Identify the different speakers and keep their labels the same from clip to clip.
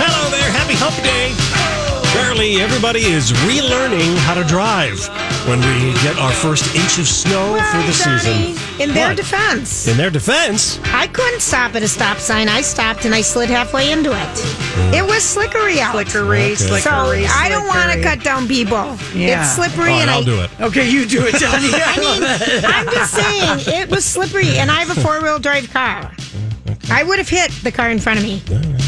Speaker 1: Hello there. Happy Hump Day. Apparently, everybody is relearning how to drive when we get our first inch of snow for the
Speaker 2: Johnny,
Speaker 1: season.
Speaker 2: In their
Speaker 1: What?
Speaker 2: defense,
Speaker 1: In their defense,
Speaker 2: I couldn't stop at a stop sign. I stopped and I slid halfway into
Speaker 1: Mm.
Speaker 2: it. It was slickery out.
Speaker 3: Slickery,
Speaker 1: Okay.
Speaker 3: slickery.
Speaker 2: So I don't want to cut down people.
Speaker 3: Yeah.
Speaker 2: It's slippery,
Speaker 1: Fine,
Speaker 2: and
Speaker 1: I'll
Speaker 2: I.
Speaker 1: do it.
Speaker 3: Okay, you do it, Johnny.
Speaker 2: I mean, I'm just saying it was slippery, and I have a four wheel drive car. I would have hit the car in front of me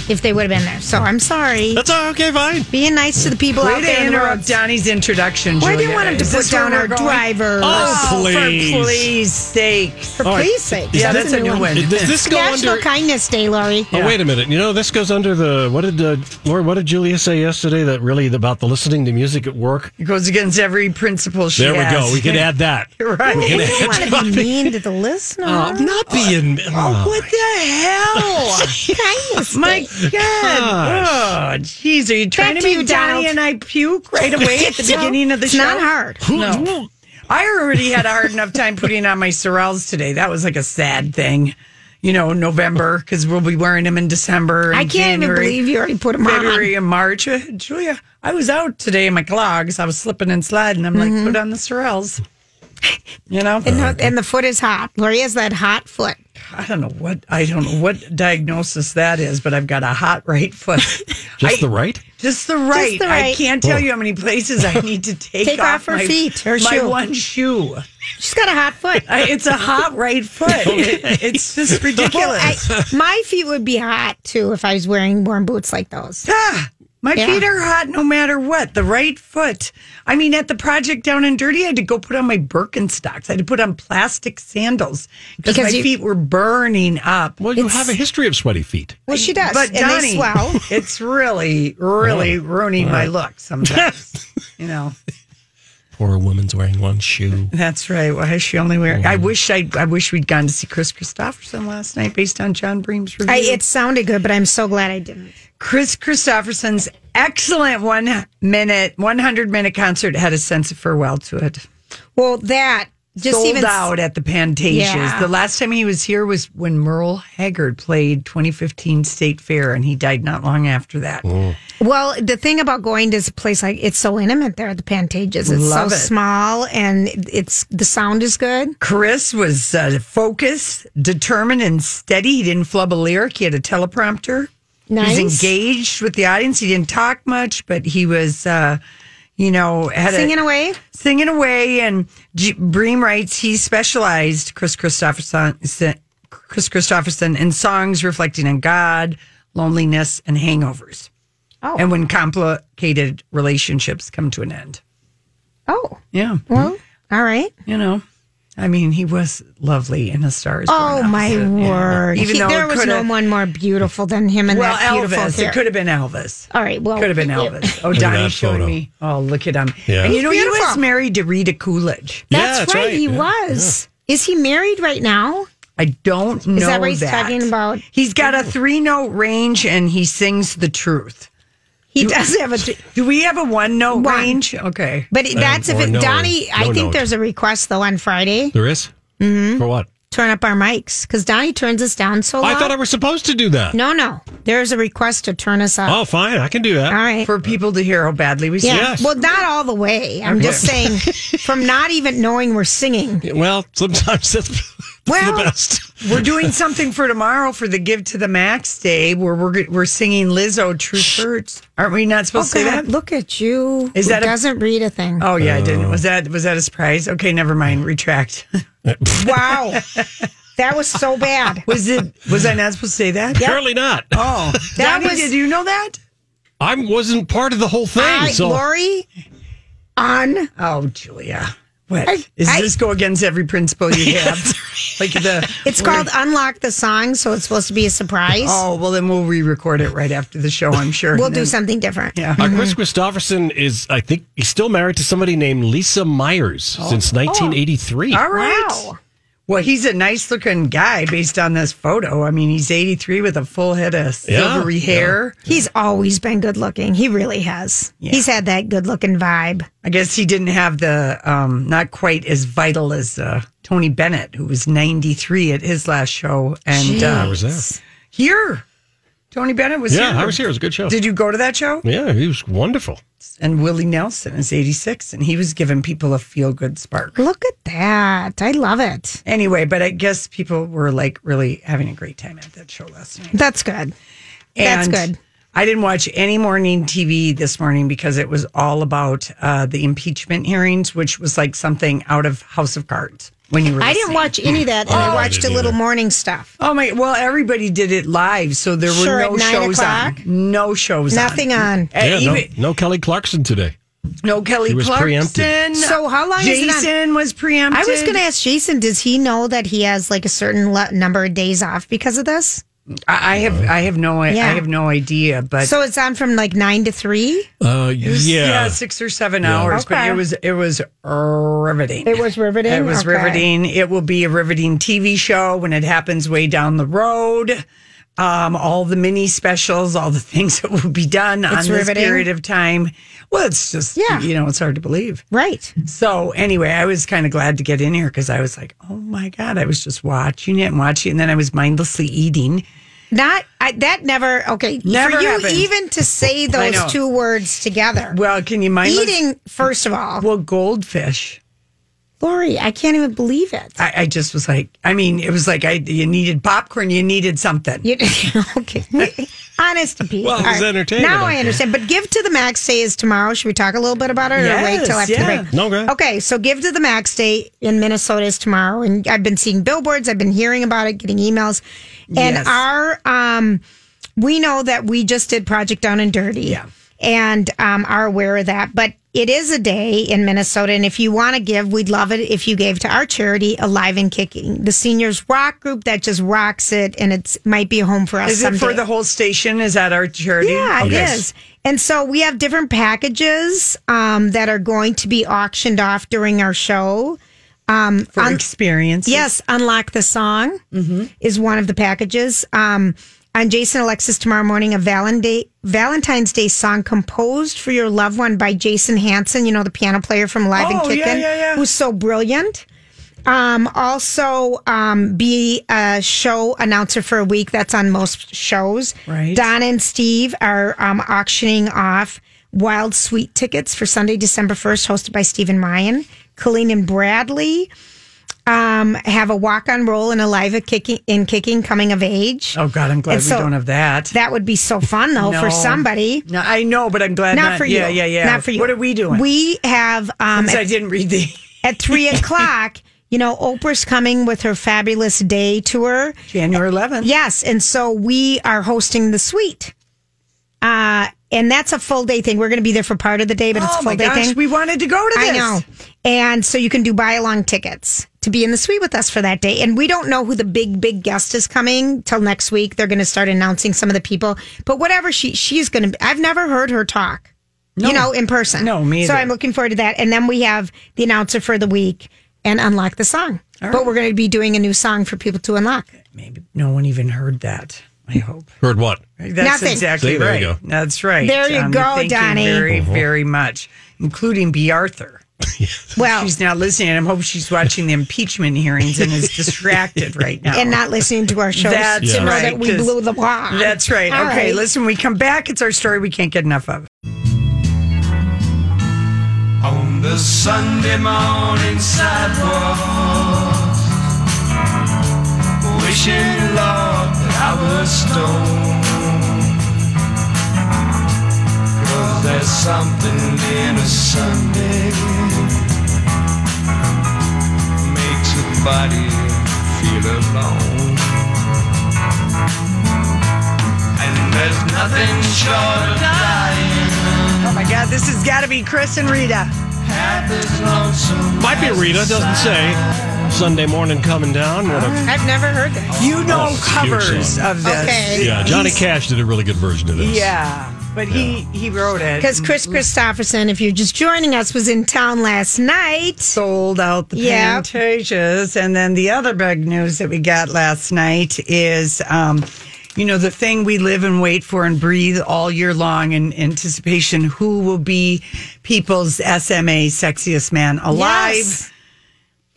Speaker 2: if they would have been there. So I'm sorry.
Speaker 1: That's all okay. Fine.
Speaker 2: Being nice to the people out
Speaker 3: Way
Speaker 2: there
Speaker 3: to
Speaker 2: in the
Speaker 3: interrupt
Speaker 2: roads.
Speaker 3: Johnny's introduction.
Speaker 2: Why do you
Speaker 3: Julia.
Speaker 2: want him to
Speaker 3: Is
Speaker 2: put
Speaker 3: this where
Speaker 2: down
Speaker 3: we're
Speaker 2: our
Speaker 3: going?
Speaker 2: drivers?
Speaker 1: Oh, please.
Speaker 3: For please sake.
Speaker 2: For
Speaker 1: all right.
Speaker 2: police sake.
Speaker 1: Is
Speaker 3: Yeah,
Speaker 1: this
Speaker 3: that's a new one.
Speaker 1: Does this go
Speaker 2: National
Speaker 1: under?
Speaker 2: Kindness Day, Lori.
Speaker 1: Oh, wait a minute. You know, this goes under the what did uh, Lori? What did Julia say yesterday? That really about the listening to music at work.
Speaker 3: It goes against every principle she
Speaker 1: There
Speaker 3: has.
Speaker 1: we go. We can add that.
Speaker 3: Right.
Speaker 1: We can
Speaker 2: You don't
Speaker 1: add
Speaker 2: want to be mean to the listener.
Speaker 1: Oh, not being. uh,
Speaker 3: Oh, what the
Speaker 2: Kindness
Speaker 3: hell? My
Speaker 2: Day.
Speaker 1: Gosh.
Speaker 3: God. Oh, jeez. Are you trying
Speaker 2: Back to
Speaker 3: to make
Speaker 2: you,
Speaker 3: Johnny
Speaker 2: Donald.
Speaker 3: and I puke right away at the
Speaker 2: No,
Speaker 3: beginning of the
Speaker 2: it's
Speaker 3: show?
Speaker 2: not hard.
Speaker 3: No. I already had a hard enough time putting on my Sorels today. That was like a sad thing. You know, November, because we'll be wearing them in December.
Speaker 2: I
Speaker 3: and
Speaker 2: can't even
Speaker 3: January.
Speaker 2: believe you already put them
Speaker 3: February and March. Uh, Julia, I was out today in my clogs. I was slipping and sliding. I'm like, put on the Sorels. You know,
Speaker 2: on. No, Mm-hmm. and the foot is hot. Lori has that hot foot.
Speaker 3: I don't know what I don't know what diagnosis that is, but I've got a hot right foot,
Speaker 1: Just the right.
Speaker 3: just the right.
Speaker 2: the
Speaker 3: I
Speaker 2: right.
Speaker 3: can't tell you how many places I need to take,
Speaker 2: Take off her
Speaker 3: my,
Speaker 2: feet, her
Speaker 3: my
Speaker 2: shoe.
Speaker 3: one shoe.
Speaker 2: She's got a hot foot.
Speaker 3: I, it's a hot right foot. It- it's just
Speaker 2: I,
Speaker 3: ridiculous.
Speaker 2: my feet would be hot too if I was wearing warm boots like those.
Speaker 3: Ah, my
Speaker 2: Yeah.
Speaker 3: feet are hot no matter what. The right foot. I mean, at the project down in Dirty, I had to go put on my Birkenstocks. I had to put on plastic sandals because
Speaker 2: Because
Speaker 3: my
Speaker 2: you-
Speaker 3: feet were burning up.
Speaker 1: Well, you have a history of sweaty feet.
Speaker 2: Well, she does.
Speaker 3: But
Speaker 2: and they
Speaker 3: Donnie,
Speaker 2: swell.
Speaker 3: it's really, really ruining my look sometimes. you know,
Speaker 1: Poor woman's wearing one shoe.
Speaker 3: that's right. Why is she only wearing? I wish I, I wish we'd gone to see Chris Christopherson last night, based on John Bream's review.
Speaker 2: I, it sounded good, but I'm so glad I didn't.
Speaker 3: Chris Christopherson's excellent one minute, 100 minute concert had a sense of farewell to it.
Speaker 2: Well, that just
Speaker 3: Sold
Speaker 2: even
Speaker 3: out at the Pantages.
Speaker 2: Yeah.
Speaker 3: The last time he was here was when Merle Haggard played 2015 State Fair, and he died not long after that.
Speaker 2: Well, the thing about going to a place like it's so intimate there at the Pantages. It's
Speaker 3: Love
Speaker 2: so
Speaker 3: it.
Speaker 2: small and it's the sound is good.
Speaker 3: Chris was uh, focused, determined, and steady. He didn't flub a lyric. He had a teleprompter.
Speaker 2: Nice.
Speaker 3: He was engaged with the audience. He didn't talk much, but he was, uh, you know, had a,
Speaker 2: Singing away.
Speaker 3: singing away. And G- Bream writes he specialized Chris Christopherson, Chris Christopherson in songs reflecting on God, loneliness, and hangovers,
Speaker 2: Oh.
Speaker 3: and when complicated relationships come to an end.
Speaker 2: oh.
Speaker 3: Yeah,
Speaker 2: Well, all right.
Speaker 3: you know, I mean, he was lovely in the stars.
Speaker 2: Oh my word!
Speaker 3: Even
Speaker 2: He-
Speaker 3: though
Speaker 2: there
Speaker 3: it
Speaker 2: was no
Speaker 3: coulda-
Speaker 2: one more beautiful than him and
Speaker 3: Well,
Speaker 2: that beautiful
Speaker 3: Elvis.
Speaker 2: hair.
Speaker 3: It could have been Elvis.
Speaker 2: All right. Well,
Speaker 3: Could have been
Speaker 2: it-
Speaker 3: Elvis. Oh,
Speaker 1: at
Speaker 3: Donnie
Speaker 1: that
Speaker 3: showed
Speaker 1: photo.
Speaker 3: me. Oh, look at him.
Speaker 1: Yeah.
Speaker 3: And you know, he
Speaker 2: Beautiful.
Speaker 3: was married to Rita Coolidge.
Speaker 2: That's, right, He
Speaker 1: Yeah,
Speaker 2: was. Is he married right now?
Speaker 3: I don't know.
Speaker 2: that what he's talking about?
Speaker 3: He's got a three note range and he sings the truth.
Speaker 2: He does have a.
Speaker 3: Do we have a one note
Speaker 2: One.
Speaker 3: range? Okay.
Speaker 2: But it- that's if
Speaker 1: Uh, or
Speaker 2: it,
Speaker 1: no,
Speaker 2: Donnie. I
Speaker 1: no
Speaker 2: think
Speaker 1: note.
Speaker 2: there's a request though on Friday.
Speaker 3: Mm-hmm.
Speaker 1: There is? For what?
Speaker 2: turn up our mics because Donnie turns us down so loud.
Speaker 1: I thought I was supposed to do that.
Speaker 2: no, no. There's a request to turn us up.
Speaker 1: Oh, fine. I can do
Speaker 2: All
Speaker 1: that.
Speaker 2: right.
Speaker 3: for people to hear how badly we
Speaker 2: yeah.
Speaker 3: sing.
Speaker 1: yes.
Speaker 2: Well, not all the way. I'm just saying, from not even knowing we're singing.
Speaker 1: Well, sometimes that's
Speaker 3: Well,
Speaker 1: the best.
Speaker 3: We're doing something for tomorrow for the Give to the Max Day where we're we're singing Lizzo Truth Hurts. Aren't we not supposed to say that?
Speaker 2: look at you.
Speaker 3: Is
Speaker 2: who
Speaker 3: that a-
Speaker 2: doesn't read a thing?
Speaker 3: Oh yeah, I didn't. Was that was that a surprise? Okay, never mind. Retract.
Speaker 2: Wow. that was so bad.
Speaker 3: Was it? Was I not supposed to say that?
Speaker 1: Apparently not.
Speaker 3: Oh,
Speaker 2: That
Speaker 3: Donnie,
Speaker 2: was-
Speaker 3: Did you know that?
Speaker 1: I wasn't part of the whole thing.
Speaker 2: I,
Speaker 1: so
Speaker 2: Lori, on.
Speaker 3: Oh, Julia. What
Speaker 2: I-
Speaker 3: is
Speaker 2: I-
Speaker 3: this go against every principle you have? like the
Speaker 2: It's called Unlock the Song, so it's supposed to be a surprise.
Speaker 3: oh well, then we'll re-record it right after the show. I'm sure.
Speaker 2: we'll
Speaker 3: And
Speaker 2: do
Speaker 3: then-
Speaker 2: something different.
Speaker 3: Yeah.
Speaker 1: Uh, Chris Christopherson is, I think, he's still married to somebody named Lisa Myers since 1983.
Speaker 3: Oh. All right.
Speaker 2: Wow.
Speaker 3: Well, he's a nice looking guy based on this photo. I mean, he's 83 with a full head of
Speaker 1: Yeah,
Speaker 3: silvery
Speaker 1: yeah.
Speaker 3: hair.
Speaker 2: He's always been good looking. He really has. He's had that good looking vibe.
Speaker 3: I guess he didn't have the, um, not quite as vital as uh, Tony Bennett, who was 93 at his last show. And
Speaker 1: I
Speaker 3: uh,
Speaker 1: was there.
Speaker 3: here, Tony Bennett was
Speaker 1: Yeah,
Speaker 3: here.
Speaker 1: I was here. It was a good show.
Speaker 3: Did you go to that show?
Speaker 1: yeah, he was wonderful.
Speaker 3: And Willie Nelson is 86, and he was giving people a feel good spark.
Speaker 2: Look at that. I love it.
Speaker 3: Anyway, but I guess people were like really having a great time at that show last night.
Speaker 2: That's good. That's good.
Speaker 3: I didn't watch any morning TV this morning because it was all about uh, the impeachment hearings, which was like something out of House of Cards when you were.
Speaker 2: I didn't
Speaker 3: listening.
Speaker 2: watch any of that. I watched a
Speaker 1: didn't
Speaker 2: little
Speaker 1: either.
Speaker 2: morning stuff.
Speaker 3: Oh my! Well, everybody did it live, so there were
Speaker 2: Sure,
Speaker 3: no
Speaker 2: at nine
Speaker 3: shows
Speaker 2: o'clock?
Speaker 3: on. No shows.
Speaker 2: Nothing on.
Speaker 3: On. And
Speaker 1: yeah, no-
Speaker 3: Uh, even-
Speaker 1: no, Kelly Clarkson today.
Speaker 3: no, Kelly
Speaker 1: He was
Speaker 3: Clarkson.
Speaker 1: preempted.
Speaker 2: So how long is
Speaker 3: Jason
Speaker 2: it on?
Speaker 3: was preempted.
Speaker 2: I was going to ask Jason, does he know that he has like a certain le- number of days off because of this?
Speaker 3: I I have. I have no. I
Speaker 2: Yeah.
Speaker 3: have no idea. But
Speaker 2: So it's on from like nine to three?
Speaker 1: Uh,
Speaker 3: it was,
Speaker 1: yeah.
Speaker 3: six or seven hours. But
Speaker 2: Okay.
Speaker 3: it was. It was riveting.
Speaker 2: It was riveting.
Speaker 3: It was
Speaker 2: Okay.
Speaker 3: riveting. It will be a riveting TV show when it happens way down the road. Um, all the mini specials, all the things that will be done on
Speaker 2: It's
Speaker 3: this
Speaker 2: riveting.
Speaker 3: period of time. Well, it's just,
Speaker 2: Yeah.
Speaker 3: you know, it's hard to believe.
Speaker 2: Right.
Speaker 3: So anyway, I was kind of glad to get in here because I was like, oh my God, I was just watching it and watching it. And then I was mindlessly eating.
Speaker 2: Not I, that never okay
Speaker 3: Never
Speaker 2: for you
Speaker 3: happened.
Speaker 2: even to say those
Speaker 3: know.
Speaker 2: two words together.
Speaker 3: Well, can you mindless?
Speaker 2: Eating first of all,
Speaker 3: Well, goldfish.
Speaker 2: Lori, I can't even believe it.
Speaker 3: I, I just was like, I mean, it was like I you needed popcorn, you needed something.
Speaker 2: You, okay, honest to Pete.
Speaker 1: Well, it was
Speaker 2: All
Speaker 1: entertaining,
Speaker 2: Now I
Speaker 1: I
Speaker 2: understand. But give to the max day is tomorrow. Should we talk a little bit about it, or wait till
Speaker 3: Yes,
Speaker 2: after the
Speaker 3: yeah.
Speaker 2: break?
Speaker 1: No, go ahead.
Speaker 2: Okay, so give to the max day in Minnesota is tomorrow, and I've been seeing billboards. I've been hearing about it, getting emails, and
Speaker 3: Yes.
Speaker 2: our um, we know that we just did Project Down and Dirty,
Speaker 3: Yeah.
Speaker 2: and um, are aware of that, but. It is a day in Minnesota, and if you want to give, we'd love it if you gave to our charity, Alive and Kicking, the seniors rock group that just rocks it, and it's might be a home for us.
Speaker 3: Is it for
Speaker 2: someday.
Speaker 3: the whole station? Is that our charity?
Speaker 2: Yeah,
Speaker 3: Okay.
Speaker 2: it is. And so we have different packages um, that are going to be auctioned off during our show.
Speaker 3: for experience.
Speaker 2: Yes, Unlock the Song
Speaker 3: Mm-hmm.
Speaker 2: is one of the packages. Um, on Jason Alexis tomorrow morning, a Valentine, Valentine's Day song composed for your loved one by Jason Hansen, you know, the piano player from Live and
Speaker 3: Oh, yeah,
Speaker 2: Kickin',
Speaker 3: yeah, yeah.
Speaker 2: who's so brilliant. Um, also, um, be a show announcer for a week. That's on most shows.
Speaker 3: Right.
Speaker 2: Don and Steve are um, auctioning off Wild Sweet tickets for Sunday, December 1st, hosted by Stephen Ryan. Colleen and Bradley have a walk on roll and a live at kicking in kicking coming of age.
Speaker 3: Oh God, I'm glad
Speaker 2: And so-
Speaker 3: we don't have that.
Speaker 2: That would be so fun though
Speaker 3: No.
Speaker 2: for somebody.
Speaker 3: No, I know, but I'm glad.
Speaker 2: Not,
Speaker 3: Not,
Speaker 2: for you.
Speaker 3: Yeah, yeah, yeah.
Speaker 2: Not for you.
Speaker 3: What are we doing?
Speaker 2: We have um
Speaker 3: Since I
Speaker 2: at,
Speaker 3: didn't read the.
Speaker 2: at three o'clock. You know, Oprah's coming with her fabulous day tour.
Speaker 3: January 11th.
Speaker 2: Yes, and so we are hosting the suite. Uh, and that's a full day thing. We're going to be there for part of the day, but it's a
Speaker 3: Oh
Speaker 2: full
Speaker 3: my
Speaker 2: day
Speaker 3: gosh,
Speaker 2: thing.
Speaker 3: we wanted to go to this.
Speaker 2: I know. And so you can do buy along tickets to be in the suite with us for that day. And we don't know who the big, big guest is coming till next week. They're going to start announcing some of the people. But whatever she she's going to be, I've never heard her talk, you know, in person.
Speaker 3: No, me
Speaker 2: So
Speaker 3: either.
Speaker 2: I'm looking forward to that. And then we have the announcer for the week and unlock the song. But we're going to be doing a new song for people to unlock.
Speaker 3: Maybe no one even heard that. I hope.
Speaker 1: Heard what?
Speaker 3: That's
Speaker 2: Nothing.
Speaker 3: exactly
Speaker 1: See, there
Speaker 3: right.
Speaker 1: you go. Uh-huh.
Speaker 3: That's right.
Speaker 2: There you go,
Speaker 3: thank
Speaker 2: Donnie.
Speaker 3: You very, very much, including B. Arthur.
Speaker 2: Well,
Speaker 3: She's not listening. I'm hoping she's watching the impeachment hearings and is distracted right now.
Speaker 2: and not listening to our shows
Speaker 3: That's
Speaker 2: to know
Speaker 3: right,
Speaker 2: that we
Speaker 3: 'cause-
Speaker 2: blew the block.
Speaker 3: That's right.
Speaker 2: All
Speaker 3: okay,
Speaker 2: right.
Speaker 3: listen, we come back. It's our story we can't get enough of.
Speaker 4: On the Sunday morning sidewalk, wishing Lord that I was stoned. 'Cause there's something in a Sunday makes a body feel alone. And there's nothing short of dying.
Speaker 3: Oh my God, this has got to be Chris and Rita.
Speaker 4: Half as lonesome
Speaker 1: Might be
Speaker 4: as
Speaker 1: Rita,
Speaker 4: the
Speaker 1: doesn't say. Sunday morning coming down. What a,
Speaker 2: I've never heard that.
Speaker 3: You know
Speaker 1: it's a Oh, huge
Speaker 3: covers
Speaker 1: song.
Speaker 3: of this.
Speaker 2: Okay.
Speaker 1: yeah, Johnny Cash did a really good version of this.
Speaker 3: Yeah, but he he wrote it.
Speaker 2: Because Chris Christopherson, if you're just joining us, was in town last night.
Speaker 3: sold out the
Speaker 2: Yep.
Speaker 3: Pantages. And then the other big news that we got last night is, um, you know, the thing we live and wait for and breathe all year long in anticipation who will be people's SMA sexiest man alive.
Speaker 2: Yes.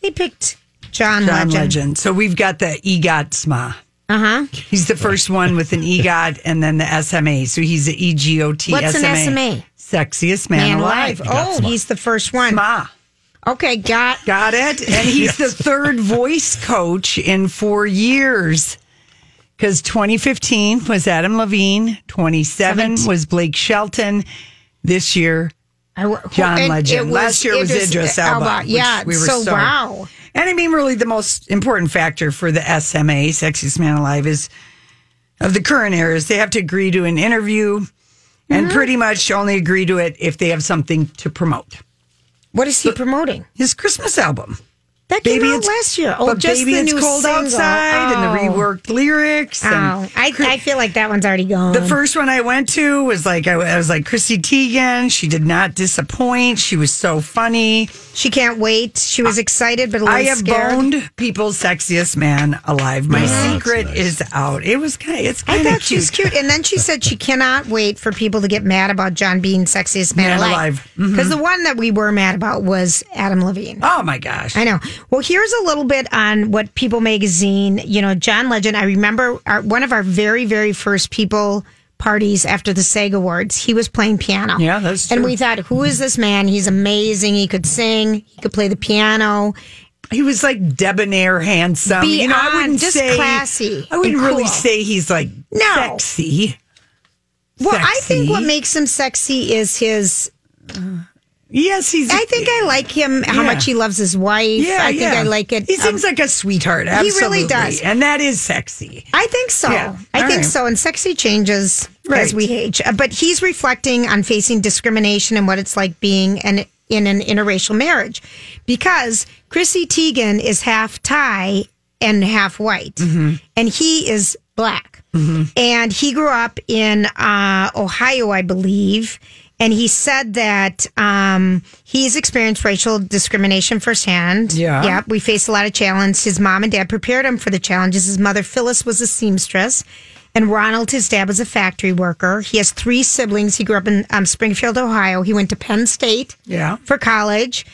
Speaker 2: They picked John,
Speaker 3: John
Speaker 2: Legend.
Speaker 3: Legend. So we've got the E EGOT SMA.
Speaker 2: Uh huh.
Speaker 3: He's the first one with an E EGOT and then the SMA. So he's E an EGOT
Speaker 2: What's an
Speaker 3: SMA.
Speaker 2: SMA?
Speaker 3: Sexiest man,
Speaker 2: Man
Speaker 3: alive.
Speaker 2: alive. Oh, he's the first one.
Speaker 3: Ma.
Speaker 2: Okay, got.
Speaker 3: Got it. And he's the third voice coach in four years. Because 2015 was Adam Levine, 27 was Blake Shelton. This year,
Speaker 2: I w- who-
Speaker 3: John
Speaker 2: and
Speaker 3: Legend.
Speaker 2: it
Speaker 3: Last year was Idris Elba. which
Speaker 2: yeah.
Speaker 3: we were
Speaker 2: so, wow.
Speaker 3: And I mean, really, the most important factor for the SMA, Sexiest Man Alive, is of the current era is they have to agree to an interview and
Speaker 2: Mm-hmm.
Speaker 3: pretty much only agree to it if they have something to promote.
Speaker 2: What is he promoting?
Speaker 3: His Christmas album.
Speaker 2: That came
Speaker 3: Baby,
Speaker 2: out
Speaker 3: it's
Speaker 2: last year. Oh,
Speaker 3: but
Speaker 2: just
Speaker 3: baby,
Speaker 2: the
Speaker 3: it's
Speaker 2: new
Speaker 3: cold
Speaker 2: single.
Speaker 3: outside, and the
Speaker 2: Oh.
Speaker 3: reworked lyrics.
Speaker 2: Oh,
Speaker 3: And
Speaker 2: I, I feel like that one's already gone.
Speaker 3: the first one I went to was like I, I was like Chrissy Teigen. She did not disappoint. She was so funny.
Speaker 2: she can't wait. She was excited, but a little
Speaker 3: I have
Speaker 2: scared.
Speaker 3: boned people's sexiest man alive. My secret is out. It was kind. It's
Speaker 2: I
Speaker 3: kind
Speaker 2: thought
Speaker 3: of
Speaker 2: she was
Speaker 3: cute.
Speaker 2: cute, and then she said she cannot wait for people to get mad about John being sexiest man,
Speaker 3: Man Mm-hmm.
Speaker 2: alive. Because the one that we were mad about was Adam Levine.
Speaker 3: Oh my gosh!
Speaker 2: I know. Well, here's a little bit on what People Magazine, you know, John Legend. I remember our, one of our very, very first People parties after the SAG Awards. He was playing piano.
Speaker 3: Yeah, that's
Speaker 2: And
Speaker 3: true.
Speaker 2: we thought, who is this man? He's amazing. He could sing. He could play the piano.
Speaker 3: He was like debonair, handsome. you know, I
Speaker 2: Beyond,
Speaker 3: wouldn't
Speaker 2: just
Speaker 3: say
Speaker 2: classy
Speaker 3: I wouldn't
Speaker 2: and
Speaker 3: really
Speaker 2: cool.
Speaker 3: say he's like
Speaker 2: No.
Speaker 3: sexy.
Speaker 2: Well, I think what
Speaker 3: Sexy.
Speaker 2: makes him sexy is his.
Speaker 3: Yes, he's.
Speaker 2: I think I like him. How
Speaker 3: Yeah.
Speaker 2: much he loves his wife.
Speaker 3: Yeah,
Speaker 2: I think
Speaker 3: yeah.
Speaker 2: I like it.
Speaker 3: He
Speaker 2: um,
Speaker 3: seems like a sweetheart.
Speaker 2: really
Speaker 3: Absolutely.
Speaker 2: does.
Speaker 3: and that is sexy.
Speaker 2: I think so.
Speaker 3: Yeah.
Speaker 2: I
Speaker 3: All
Speaker 2: think
Speaker 3: right.
Speaker 2: so. And sexy changes
Speaker 3: Right.
Speaker 2: as we age. Uh, But he's reflecting on facing discrimination and what it's like being an in an interracial marriage because Chrissy Teigen is half Thai and half white,
Speaker 3: Mm-hmm.
Speaker 2: and he is black. And he grew up in uh, Ohio, I believe. And he said that um, he's experienced racial discrimination firsthand.
Speaker 3: Yeah.
Speaker 2: Yep. We faced a lot of challenges. His mom and dad prepared him for the challenges. His mother, Phyllis, was a seamstress, and Ronald, his dad, was a factory worker. He has three siblings. He grew up in um, Springfield, Ohio. He went to Penn State
Speaker 3: Yeah.
Speaker 2: for college.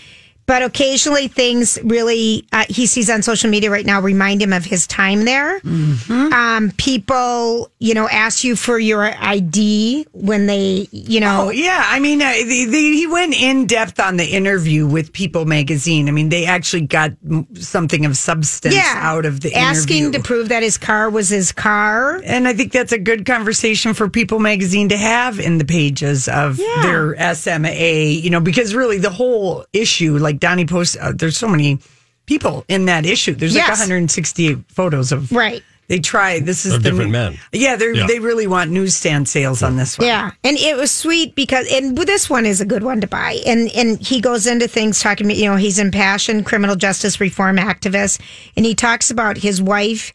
Speaker 2: But occasionally, things really uh, he sees on social media right now remind him of his time there.
Speaker 3: Mm-hmm.
Speaker 2: Um, people, you know, ask you for your ID when they, you know,
Speaker 3: Oh yeah, I mean, uh, the, the, he went in depth on the interview with People Magazine. I mean, they actually got mm, something of substance out of the
Speaker 2: asking
Speaker 3: interview.
Speaker 2: to prove that his car was his car.
Speaker 3: and I think that's a good conversation for People Magazine to have in the pages of their SMA, you know, because really the whole issue, like Donnie Post, uh, there's so many people in that issue. There's like
Speaker 2: Yes.
Speaker 3: 168 photos of
Speaker 2: Right.
Speaker 3: They try. This is
Speaker 1: Of
Speaker 3: the
Speaker 1: different men.
Speaker 3: Yeah, they
Speaker 1: Yeah.
Speaker 3: they really want newsstand sales on this one.
Speaker 2: Yeah, and it was sweet because and this one is a good one to buy. And and he goes into things talking about you know he's impassioned criminal justice reform activist, and he talks about his wife.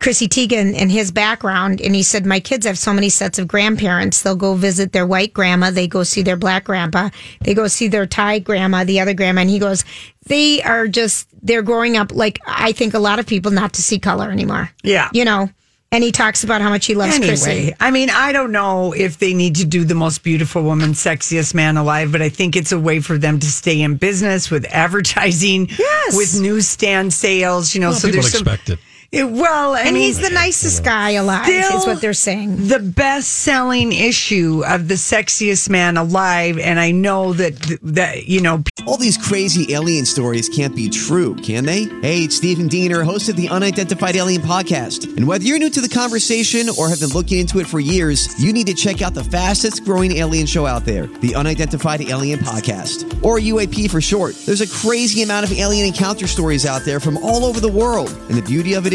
Speaker 2: Chrissy Teigen and his background, and he said, "My kids have so many sets of grandparents. They'll go visit their white grandma, they go see their black grandpa, they go see their Thai grandma, the other grandma." And he goes, "They are just they're growing up like I think a lot of people not to see color anymore.
Speaker 3: Yeah.
Speaker 2: you know, and he talks about how much he loves Chrissy.
Speaker 3: Anyway, I mean, I don't know if they need to do the most beautiful woman, sexiest man alive, but I think it's a way for them to stay in business with advertising,
Speaker 2: Yes.
Speaker 3: with newsstand sales. You know, so
Speaker 1: people
Speaker 3: there's some.
Speaker 1: expect it.
Speaker 3: It- well, I
Speaker 2: And
Speaker 3: mean,
Speaker 2: he's the nicest guy alive, is
Speaker 3: still
Speaker 2: what they're saying.
Speaker 3: The best selling issue of the sexiest man alive, and I know that that you know
Speaker 5: All these crazy alien stories can't be true, can they? Hey, it's Stephen Diener, host of the Unidentified Alien Podcast. And whether you're new to the conversation or have been looking into it for years, you need to check out the fastest growing alien show out there, the Unidentified Alien Podcast, or UAP for short. There's a crazy amount of alien encounter stories out there from all over the world. And the beauty of it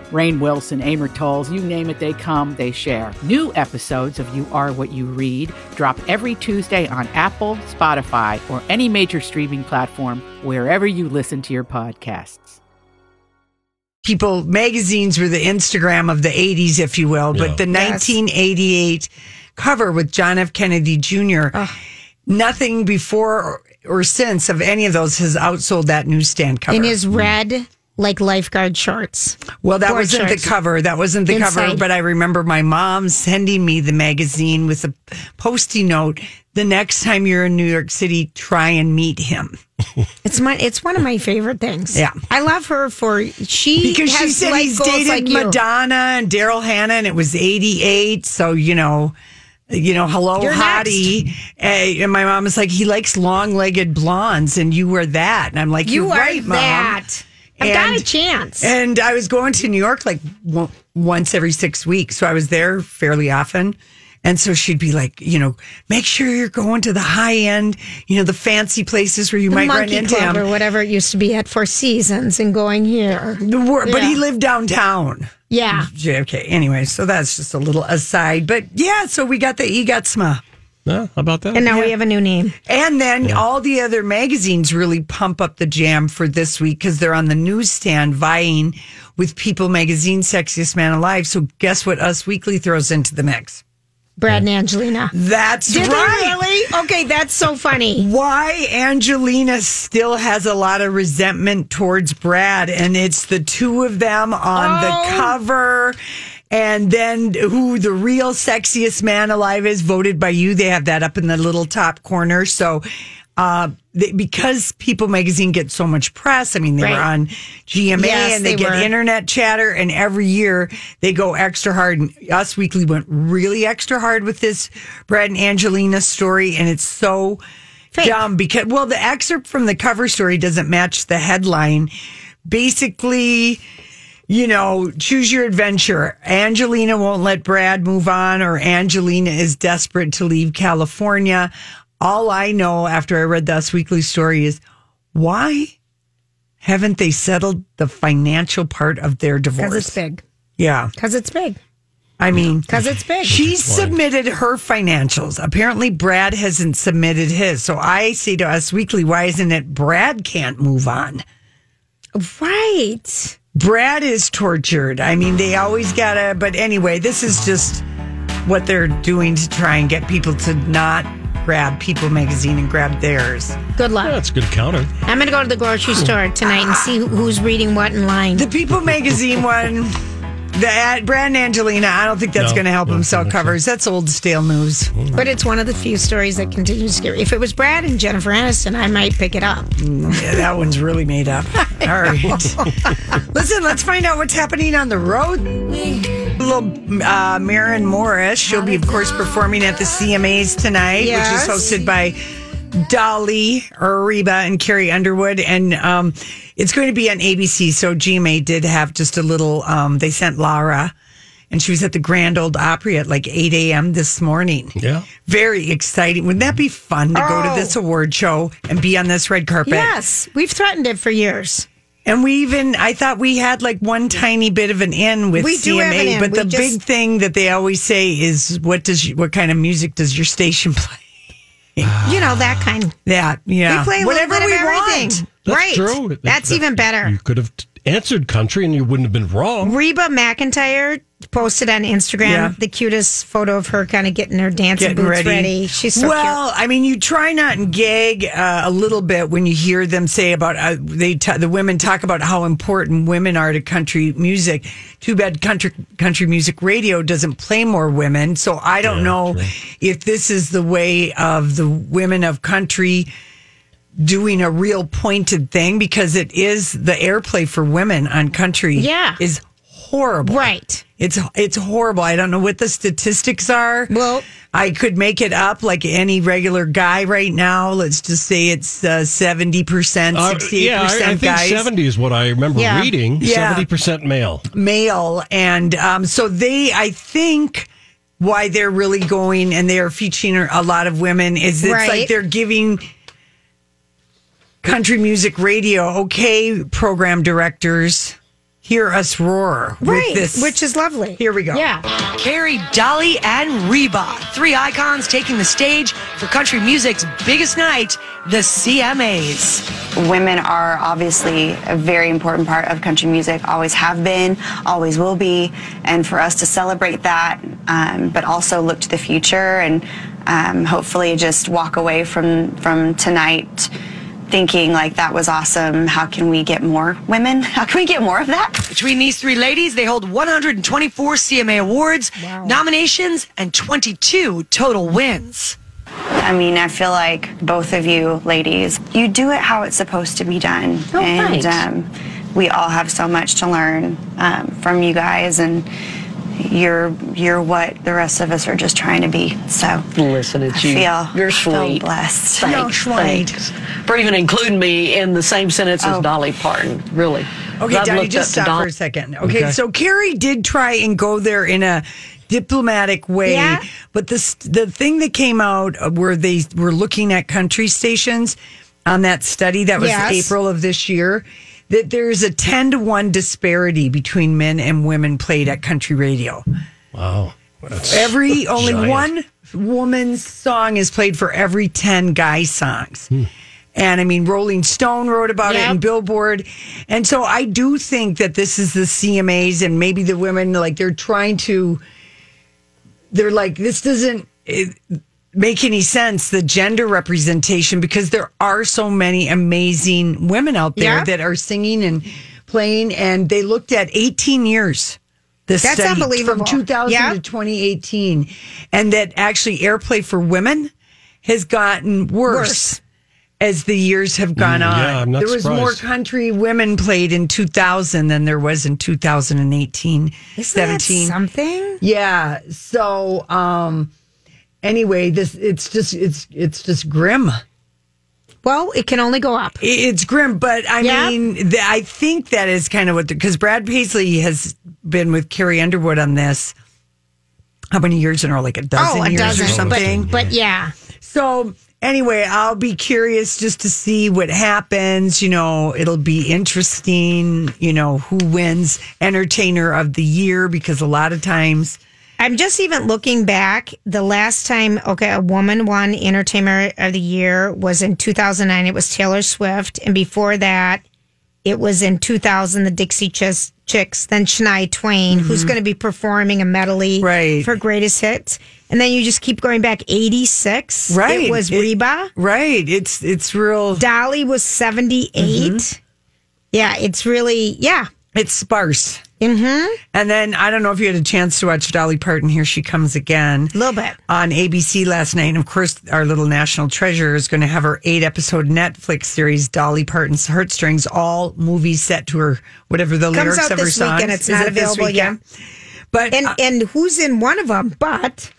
Speaker 6: Rain Wilson, Amor Tolls, you name it, they come, they share. New episodes of You Are What You Read drop every Tuesday on Apple, Spotify, or any major streaming platform wherever you listen to your podcasts.
Speaker 3: people magazines were the Instagram of the 80s, if you will,
Speaker 1: Yeah.
Speaker 3: but the 1988 cover with John F. Kennedy Jr. Nothing before or since of any of those has outsold that newsstand cover.
Speaker 2: In his red, like lifeguard shorts.
Speaker 3: well, that
Speaker 2: board
Speaker 3: wasn't
Speaker 2: shorts.
Speaker 3: the cover. That wasn't the cover,
Speaker 2: Inside.
Speaker 3: but I remember my mom sending me the magazine with a posty note. The next time you're in New York City, try and meet him.
Speaker 2: It's my it's one of my favorite things.
Speaker 3: Yeah.
Speaker 2: I love her for she
Speaker 3: Because she
Speaker 2: has
Speaker 3: said
Speaker 2: life
Speaker 3: he's
Speaker 2: goals
Speaker 3: dated
Speaker 2: like you.
Speaker 3: Madonna and Daryl Hannah, and it was '88. So you know, you know, hello
Speaker 2: You're
Speaker 3: hottie. Eh, and my mom is like, he likes long-legged blondes, and you were that. And I'm like,
Speaker 2: You
Speaker 3: You're
Speaker 2: are
Speaker 3: right, mom.
Speaker 2: that. I've got
Speaker 3: And-
Speaker 2: a chance.
Speaker 3: And I was going to New York like w- once every six weeks, so I was there fairly often. And so she'd be like, you know, make sure you're going to the high end, you know, the fancy places where you
Speaker 2: The
Speaker 3: might run
Speaker 2: Monkey
Speaker 3: into
Speaker 2: Club or
Speaker 3: him.
Speaker 2: whatever it used to be at Four Seasons and going here.
Speaker 3: The wor- But he
Speaker 2: Yeah.
Speaker 3: lived downtown.
Speaker 2: Yeah.
Speaker 3: JFK. Anyway, so that's just a little aside. But yeah, so we got the E EGOTSMA.
Speaker 1: Yeah, how about that?
Speaker 2: And now we have a new name.
Speaker 3: And then all the other magazines really pump up the jam for this week because they're on the newsstand vying with People Magazine, Sexiest Man Alive. So guess what Us Weekly throws into the mix?
Speaker 2: Brad and Angelina.
Speaker 3: That's
Speaker 2: Did they
Speaker 3: right.
Speaker 2: really? Okay, that's so funny.
Speaker 3: Why Angelina still has a lot of resentment towards Brad, and it's the two of them on the
Speaker 2: Oh.
Speaker 3: cover. And then who the real sexiest man alive is voted by you. They have that up in the little top corner. So, uh, they, because People Magazine gets so much press, I mean, they were
Speaker 2: Right.
Speaker 3: on GMA
Speaker 2: Yes,
Speaker 3: and they,
Speaker 2: they
Speaker 3: get
Speaker 2: were.
Speaker 3: internet chatter, and every year they go extra hard. And Us Weekly went really extra hard with this Brad and Angelina story, and it's so
Speaker 2: Fake.
Speaker 3: dumb because well the excerpt from the cover story doesn't match the headline basically you know choose your adventure angelina won't let brad move on or angelina is desperate to leave california all i know after i read this weekly story is why haven't they settled the financial part of their
Speaker 2: Because
Speaker 3: divorce
Speaker 2: it's big.
Speaker 3: yeah
Speaker 2: Because it's big.
Speaker 3: i mean
Speaker 2: Because it's big.
Speaker 3: she submitted her financials. Apparently, Brad hasn't submitted his. So I say to Us Weekly, why isn't it Brad can't move on?
Speaker 2: right.
Speaker 3: Brad is tortured. I mean, they always gotta, but anyway, this is just what they're doing to try and get people to not grab People magazine and grab theirs.
Speaker 2: Good luck.
Speaker 1: Yeah, that's a good counter.
Speaker 2: I'm going to go to the grocery store tonight and see who- who's reading what in line.
Speaker 3: The People magazine one, the ad, Brad and Angelina, I don't think that's
Speaker 1: No,
Speaker 3: gonna help
Speaker 1: no,
Speaker 3: them
Speaker 1: I
Speaker 3: sell
Speaker 1: don't think so.
Speaker 3: covers. That's old stale news.
Speaker 2: But it's one of the few stories that continues to get. If it was Brad and Jennifer Aniston, I might pick it up.
Speaker 3: Yeah, that one's really made up. All right. Listen, let's find out what's happening on the road. Little uh, Marin Morris. She'll be, of course, performing at the CMAs tonight,
Speaker 2: Yes.
Speaker 3: which is hosted by Dolly Ariba and Carrie Underwood. And um, it's going to be on ABC. So GMA did have just a little, um, they sent Lara. And she was at the Grand Old Opry at like 8 a.m. this morning.
Speaker 1: Yeah.
Speaker 3: Very exciting. Wouldn't that be fun to go to
Speaker 2: Oh.
Speaker 3: this award show and be on this red carpet?
Speaker 2: Yes, we've threatened it for years.
Speaker 3: And we even, I thought we had like one tiny bit of an in with
Speaker 2: We
Speaker 3: CMA,
Speaker 2: do have an in.
Speaker 3: but
Speaker 2: We
Speaker 3: the
Speaker 2: just-
Speaker 3: big thing that they always say is, "What does you, what kind of music does your station play?"
Speaker 2: You know that kind.
Speaker 3: That yeah,
Speaker 2: We play a
Speaker 3: whatever
Speaker 2: little bit
Speaker 3: we
Speaker 2: of everything.
Speaker 3: want.
Speaker 1: That's
Speaker 2: right.
Speaker 1: true. That-
Speaker 2: That's
Speaker 1: that-
Speaker 2: even better.
Speaker 1: You could have t- answered country and you wouldn't have been wrong.
Speaker 2: Reba McIntyre posted on Instagram
Speaker 3: Yeah.
Speaker 2: the cutest photo of her kind of getting her dancing
Speaker 3: Getting
Speaker 2: boots
Speaker 3: ready.
Speaker 2: ready. She's so
Speaker 3: well, I mean, you try not and gag uh, a little bit when you hear them say about uh, they t- the women talk about how important women are to country music. Too bad country country music radio doesn't play more women. So I don't know if this is the way of the women of country doing a real pointed thing because it is the airplay for women on country.
Speaker 2: Yeah.
Speaker 3: is horrible.
Speaker 2: cute. Right.
Speaker 3: It's it's horrible. I don't know what the statistics are.
Speaker 2: Well-
Speaker 3: I could make it up like any regular guy right now. Let's just say it's uh, seventy percent,
Speaker 1: Uh,
Speaker 3: sixty eight
Speaker 1: yeah, I, I
Speaker 3: percent
Speaker 1: think
Speaker 3: guys
Speaker 1: 70 is what I remember
Speaker 2: Yeah.
Speaker 1: reading.
Speaker 3: Yeah.
Speaker 1: 70% male.
Speaker 3: male, and um, so they. I think why they're really going and they are featuring a lot of women is it's like
Speaker 2: Right.
Speaker 3: they're giving country music radio okay program directors hear us roar
Speaker 2: Right.
Speaker 3: with this
Speaker 2: Which is lovely.
Speaker 3: Here we go.
Speaker 2: Yeah.
Speaker 7: Carrie, Dolly, and Reba, three icons taking the stage for country music's biggest night, the CMAs.
Speaker 8: Women are obviously a very important part of country music, always have been, always will be. And for us to celebrate that, um, but also look to the future and um, hopefully just walk away from, from tonight thinking like that was awesome. How can we get more women? How can we get more of that?
Speaker 7: Between these three ladies, they hold 124 CMA awards, nominations, and 22 total wins.
Speaker 8: I mean, I feel like both of you ladies, you do it how it's supposed to be done. and um, we all have so much to learn um, from you guys and you're you're what the rest of us are just trying to be. So
Speaker 9: Listen
Speaker 8: I
Speaker 9: at you.
Speaker 8: feel
Speaker 9: You're
Speaker 8: I feel
Speaker 9: sweet.
Speaker 8: blessed.
Speaker 9: Thanks, thanks for even including me in the same sentence as Dolly Parton. Really.
Speaker 3: Oh. Okay,
Speaker 9: I've
Speaker 3: Donnie,
Speaker 9: looked up
Speaker 3: just
Speaker 9: to
Speaker 3: stop
Speaker 9: Dolly-
Speaker 3: for a second. Okay,
Speaker 1: Okay.
Speaker 3: so Carrie did try and go there in a diplomatic way,
Speaker 2: Yeah.
Speaker 3: but this the thing that came out uh, where they were looking at country stations on that study that was
Speaker 2: Yes.
Speaker 3: April of this year. That there's a 10 to 1 disparity between men and women played at country radio.
Speaker 1: Wow. That's
Speaker 3: Every only
Speaker 1: giant.
Speaker 3: one woman's song is played for every 10 guy songs. And I mean, Rolling Stone wrote about it
Speaker 2: Yep.
Speaker 3: and Billboard. And so I do think that this is the CMAs and maybe the women, like, they're trying to, they're like, this doesn't eh, make any sense, the gender representation, because there are so many amazing women out there
Speaker 2: Yeah.
Speaker 3: that are singing and playing. And they looked at 18 years. This
Speaker 2: That's
Speaker 3: study
Speaker 2: unbelievable.
Speaker 3: From 2000
Speaker 2: Yeah.
Speaker 3: to 2018, and that actually airplay for women has gotten worse.
Speaker 2: Worse.
Speaker 3: As the years have gone
Speaker 1: Mm,
Speaker 3: on,
Speaker 1: yeah, I'm not
Speaker 3: there was more
Speaker 1: surprised.
Speaker 3: country women played in 2000 than there was in 2018,
Speaker 2: Isn't that
Speaker 3: 17.
Speaker 2: something?
Speaker 3: yeah. So, um, anyway, this it's just it's it's just grim.
Speaker 2: Well, it can only go up.
Speaker 3: I- It's grim, but I
Speaker 2: Yeah.
Speaker 3: mean, th- I think that is kind of what because Brad Paisley has been with Carrie Underwood on this. How many years in a row? Like a dozen
Speaker 2: Oh, a
Speaker 3: years
Speaker 2: dozen.
Speaker 3: or something.
Speaker 2: But, but yeah.
Speaker 3: so anyway, I'll be curious just to see what happens. You know, it'll be interesting. You know, who wins Entertainer of the Year because a lot of times,
Speaker 2: I'm just even looking back. The last time, okay, a woman won Entertainer of the Year was in 2009. It was Taylor Swift, and before that, it was in 2000. The Dixie Chis- Chicks, then Shania Twain, who's going to be performing a medley
Speaker 3: Mm-hmm. Right.
Speaker 2: for greatest hits, and then you just keep going back. 86,
Speaker 3: right?
Speaker 2: It was Reba.
Speaker 3: right? It's it's real.
Speaker 2: Dolly was 78.
Speaker 3: Mm-hmm.
Speaker 2: Yeah, it's really yeah.
Speaker 3: It's sparse. Mm-hmm. And then I don't know if you had a chance to watch Dolly Parton. Here she comes again.
Speaker 2: A little bit.
Speaker 3: on ABC last night. And of course, our little national treasure is going to have her eight episode Netflix series, Dolly Parton's Heartstrings, all movies set to her, whatever the
Speaker 2: Comes
Speaker 3: lyrics
Speaker 2: out
Speaker 3: of her
Speaker 2: this
Speaker 3: songs.
Speaker 2: weekend. It's
Speaker 3: Is
Speaker 2: not
Speaker 3: it this
Speaker 2: available yet.
Speaker 3: weekend? But
Speaker 2: And
Speaker 3: uh,
Speaker 2: and who's in one of them? But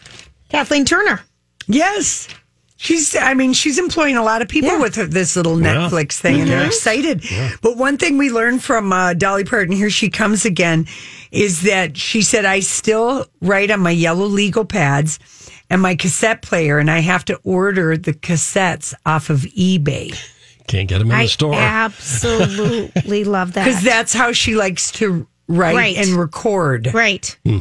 Speaker 2: Kathleen Turner.
Speaker 3: yes. She's, I mean, she's employing a lot of people with her, this little Netflix thing, and they're excited. But one thing we learned from uh, Dolly Parton, here she comes again, is that she said, I still write on my yellow legal pads and my cassette player, and I have to order the cassettes off of eBay.
Speaker 1: Can't get them in
Speaker 2: I
Speaker 1: the store.
Speaker 2: absolutely love that.
Speaker 3: Because that's how she likes to write
Speaker 2: Right.
Speaker 3: and record.
Speaker 2: Right.
Speaker 1: Hmm.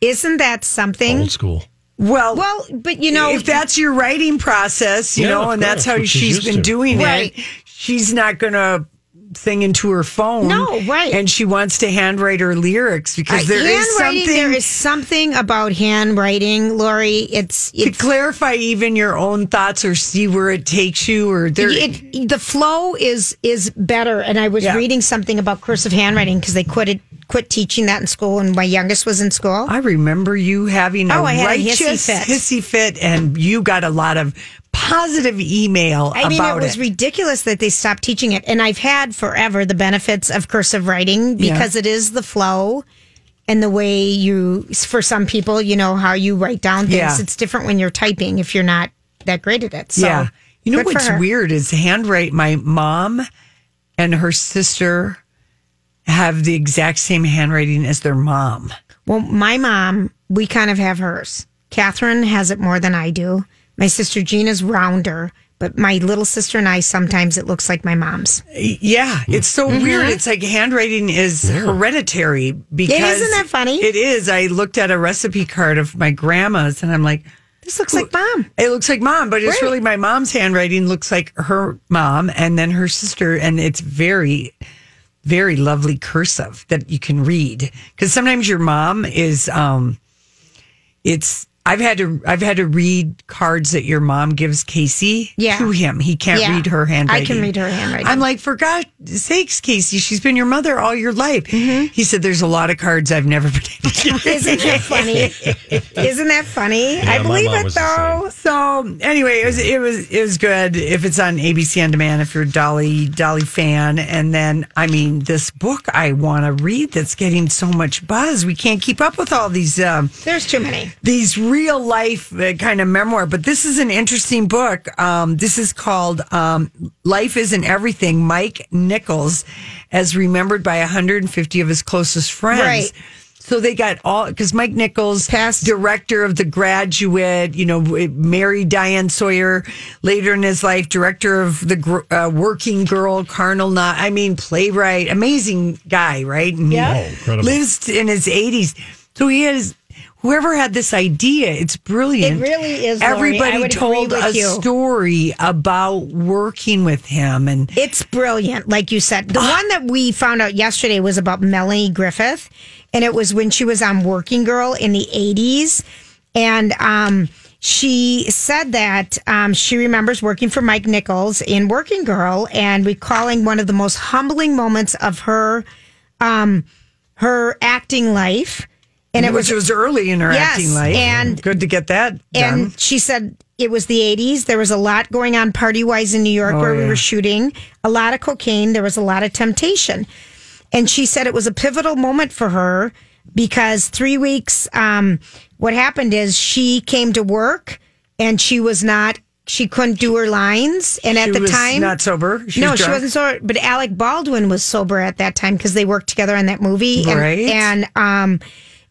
Speaker 2: Isn't that something?
Speaker 1: Old school.
Speaker 3: Well,
Speaker 2: well, but you know,
Speaker 3: if that's your writing process, you
Speaker 1: Yeah,
Speaker 3: know,
Speaker 1: of
Speaker 3: and that's
Speaker 1: course,
Speaker 3: how
Speaker 1: what she's
Speaker 3: she's
Speaker 1: used
Speaker 3: been
Speaker 1: to.
Speaker 3: doing
Speaker 2: Right.
Speaker 3: it, she's not going to thing into her phone.
Speaker 2: No, right.
Speaker 3: And she wants to handwrite her lyrics because there is
Speaker 2: uh, handwriting,
Speaker 3: something
Speaker 2: there is something about handwriting, Lori. It's,
Speaker 3: to
Speaker 2: it's
Speaker 3: clarify even your own thoughts or see where it takes you or there
Speaker 2: it, the flow is is better. And I was
Speaker 3: Yeah.
Speaker 2: reading something about cursive handwriting because they quit it, quit teaching that in school, and my youngest was in school.
Speaker 3: I remember you having a
Speaker 2: Oh, I had a
Speaker 3: righteous
Speaker 2: hissy fit.
Speaker 3: hissy fit, and you got a lot of positive email
Speaker 2: I mean,
Speaker 3: about
Speaker 2: it was ridiculous that they stopped teaching it. And I've had forever the benefits of cursive writing
Speaker 3: Yeah.
Speaker 2: because it is the flow and the way you, for some people, you know, how you write down things.
Speaker 3: Yeah.
Speaker 2: It's different when you're typing if you're not that great at it. So,
Speaker 3: yeah. You know
Speaker 2: good for
Speaker 3: what's
Speaker 2: her.
Speaker 3: weird is handwrite. My mom and her sister have the exact same handwriting as their mom.
Speaker 2: Well, my mom, we kind of have hers. Catherine has it more than I do. My sister Gina's rounder, but my little sister and I sometimes it looks like my mom's.
Speaker 3: Y- Yeah, it's so weird. It's like handwriting is hereditary because
Speaker 2: isn't that funny?
Speaker 3: It is. I looked at a recipe card of my grandma's, and I'm like.
Speaker 2: This looks like mom.
Speaker 3: It looks like mom, but it's
Speaker 2: Right.
Speaker 3: really my mom's handwriting looks like her mom and then her sister. And it's very, very lovely cursive that you can read. Cause sometimes your mom is, um, it's, I've had to, I've had to read cards that your mom gives Casey
Speaker 2: Yeah.
Speaker 3: to him. He can't
Speaker 2: Yeah.
Speaker 3: read her handwriting.
Speaker 2: I can read her handwriting.
Speaker 3: I'm like, for God's sakes, Casey, she's been your mother all your life. He said, there's a lot of cards I've never been able to read.
Speaker 2: Mm-hmm. Isn't that funny? Isn't that funny? I
Speaker 1: my
Speaker 2: believe
Speaker 1: mom
Speaker 2: it
Speaker 1: was the
Speaker 2: though.
Speaker 3: So anyway, it was it was it was good. If it's on ABC on demand, if you're a Dolly Dolly fan, and then I mean, this book I want to read that's getting so much buzz. We can't keep up with all these um,
Speaker 2: There's too many.
Speaker 3: these real life uh, kind of memoir, but this is an interesting book. Um, this is called um, Life Isn't Everything. Mike Nichols, as remembered by 150 of his closest friends.
Speaker 2: Right.
Speaker 3: So they got all because Mike Nichols,
Speaker 2: Past-
Speaker 3: director of The Graduate, you know, married Diane Sawyer later in his life, director of The Gr- uh, Working Girl, Carnal Knot. I mean, playwright, amazing guy, right? And he
Speaker 1: Yeah. Oh, incredible.
Speaker 3: Lives in his 80s. So he has, whoever had this idea, it's brilliant.
Speaker 2: It really is, Lori. I
Speaker 3: Everybody
Speaker 2: would agree
Speaker 3: told
Speaker 2: with
Speaker 3: a
Speaker 2: you.
Speaker 3: story about working with him. And
Speaker 2: It's brilliant, like you said. The one that we found out yesterday was about Melanie Griffith, and it was when she was on Working Girl in the 80s. And um, she said that um, she remembers working for Mike Nichols in Working Girl and recalling one of the most humbling moments of her um, her acting life. And it was
Speaker 3: which was early in her
Speaker 2: Yes,
Speaker 3: acting life.
Speaker 2: and-
Speaker 3: good to get that done.
Speaker 2: and she said it was the 80s. There was a lot going on party wise in New York where we
Speaker 3: Oh, yeah.
Speaker 2: were shooting, a lot of cocaine. There was a lot of temptation. And she said it was a pivotal moment for her because three weeks, um, what happened is she came to work and she was not, she couldn't do her lines. And
Speaker 3: She
Speaker 2: at the
Speaker 3: was
Speaker 2: time,
Speaker 3: not sober. She
Speaker 2: no,
Speaker 3: was
Speaker 2: she
Speaker 3: drunk.
Speaker 2: wasn't sober. But Alec Baldwin was sober at that time because they worked together on that movie. And,
Speaker 3: Right.
Speaker 2: And um,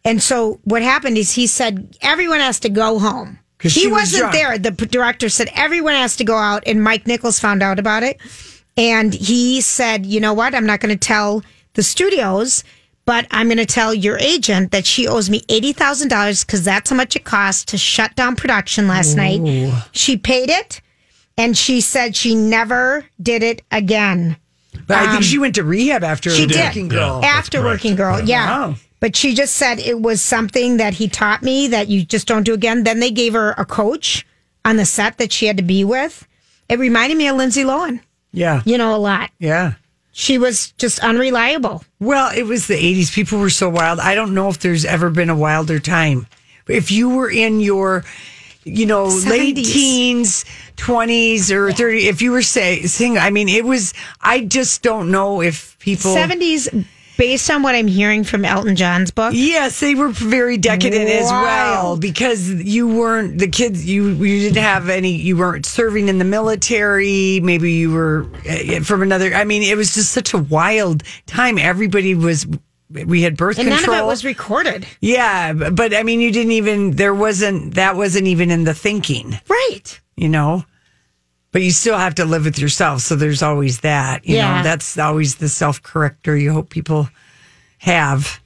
Speaker 2: and so what happened is he said everyone has to go home.
Speaker 3: 'Cause
Speaker 2: He
Speaker 3: she was
Speaker 2: wasn't
Speaker 3: drunk.
Speaker 2: there. The p- director said everyone has to go out, and Mike Nichols found out about it, and he said, "You know what? I'm not going to tell the studios." But I'm going to tell your agent that she owes me $80,000 because that's how much it cost to shut down production last night. She paid it and she said she never did it again.
Speaker 3: But I think she went to rehab after
Speaker 2: She
Speaker 3: the
Speaker 2: did
Speaker 3: working girl.
Speaker 1: Yeah.
Speaker 2: after
Speaker 1: correct.
Speaker 2: working girl,
Speaker 1: Yeah.
Speaker 2: yeah.
Speaker 3: Wow.
Speaker 2: But she just said it was something that he taught me that you just don't do again. Then they gave her a coach on the set that she had to be with. It reminded me of Lindsay Lohan,
Speaker 3: Yeah.
Speaker 2: you know, a lot.
Speaker 3: Yeah.
Speaker 2: She was just unreliable.
Speaker 3: Well, it was the 80s. People were so wild. I don't know if there's ever been a wilder time. If you were in your, you know, late
Speaker 2: 70s.
Speaker 3: teens, 20s, or 30, if you were say, sing, I mean, it was, I just don't know if people.
Speaker 2: 70s, based on what I'm hearing from Elton John's book.
Speaker 3: Yes, they were very decadent as well
Speaker 2: Wild.
Speaker 3: because you weren't the kids. You you didn't have any. You weren't serving in the military. Maybe you were uh, from another. I mean, it was just such a wild time. Everybody was. We had birth
Speaker 2: And none
Speaker 3: control.
Speaker 2: of it was recorded.
Speaker 3: yeah, b- but I mean, you didn't even. There wasn't. That wasn't even in the thinking.
Speaker 2: Right.
Speaker 3: You know. But you still have to live with yourself. So there's always that. You
Speaker 2: Yeah.
Speaker 3: know, that's always the self corrector you hope people have.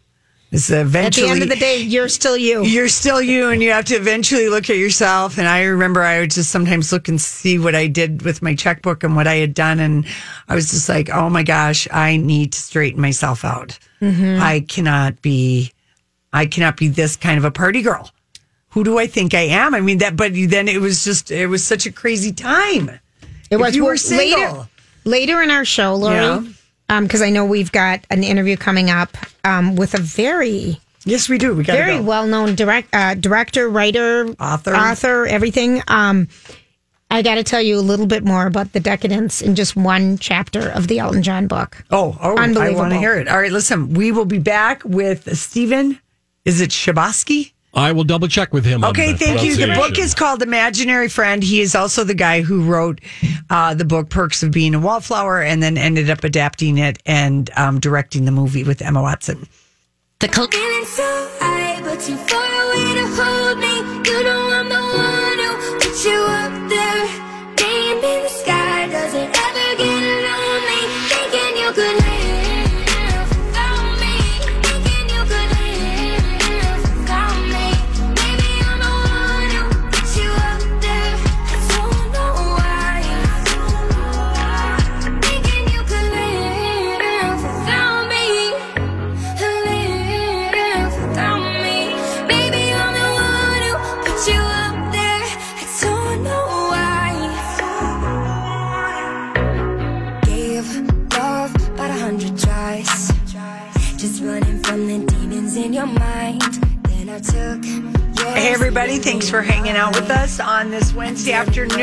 Speaker 3: Is that eventually
Speaker 2: At the end of the day, you're still you.
Speaker 3: You're still you, and you have to eventually look at yourself. And I remember I would just sometimes look and see what I did with my checkbook and what I had done. And I was just like, oh my gosh, I need to straighten myself out.
Speaker 2: Mm-hmm.
Speaker 4: Mhm.
Speaker 3: I cannot be, I cannot be this kind of a party girl. Who do I think I am? I mean, that, but then it was just, it was such a crazy time.
Speaker 2: It
Speaker 3: If
Speaker 2: was
Speaker 3: you
Speaker 2: well,
Speaker 3: were single.
Speaker 2: later. Later in our show,
Speaker 3: Yeah.
Speaker 2: Lori, because I know we've got an interview coming up um, with a very
Speaker 3: yes, we do. We gotta
Speaker 2: very
Speaker 3: go.
Speaker 2: well known direct uh, director, writer,
Speaker 3: Author.
Speaker 2: author, everything. Um, I got to tell you a little bit more about the decadence in just one chapter of the Elton John book.
Speaker 3: Oh, oh, I
Speaker 2: Unbelievable.
Speaker 3: want to hear it. All right, listen, we will be back with Stephen. Is it Shabaski?
Speaker 1: I will double check with him. on
Speaker 3: Okay,
Speaker 1: the
Speaker 3: thank you. The book
Speaker 1: pronunciation.
Speaker 3: is called Imaginary Friend. He is also the guy who wrote uh, the book Perks of Being a Wallflower and then ended up adapting it and um, directing the movie with Emma Watson.
Speaker 10: The col- Feeling so high, but too far away to hold me. You know I'm the one who put you up there. Name in the sky, does it ever get lonely? Thinking you could live without me. Thinking you could live without me. Maybe I'm the one who put you up there. I don't know why. Thinking you could live without me.
Speaker 3: Hey, everybody, thanks for hanging out with us on this Wednesday afternoon.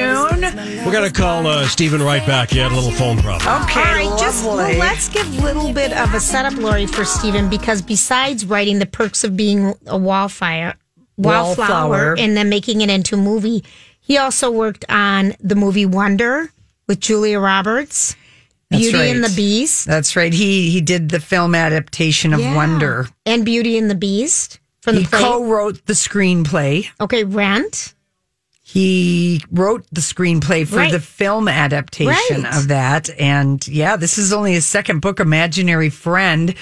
Speaker 1: We're going to call uh, Stephen right back. He had a little phone problem.
Speaker 3: Okay,
Speaker 2: All right, just well,
Speaker 3: lovely.
Speaker 2: let's give a little bit of a setup, Lori, for Stephen, because besides writing the perks of being a wallfire, wallflower,
Speaker 3: Wallflower.
Speaker 2: and then making it into a movie, he also worked on the movie Wonder with Julia Roberts,
Speaker 3: That's
Speaker 2: Beauty and
Speaker 3: right.
Speaker 2: the Beast,
Speaker 3: That's right. He he did the film adaptation of
Speaker 2: Yeah.
Speaker 3: Wonder.
Speaker 2: and Beauty and the Beast from
Speaker 3: He
Speaker 2: the play.
Speaker 3: co-wrote the screenplay.
Speaker 2: okay, Rent.
Speaker 3: He wrote the screenplay for
Speaker 2: Right.
Speaker 3: the film adaptation
Speaker 2: Right.
Speaker 3: of that. And yeah, this is only his second book, Imaginary Friend,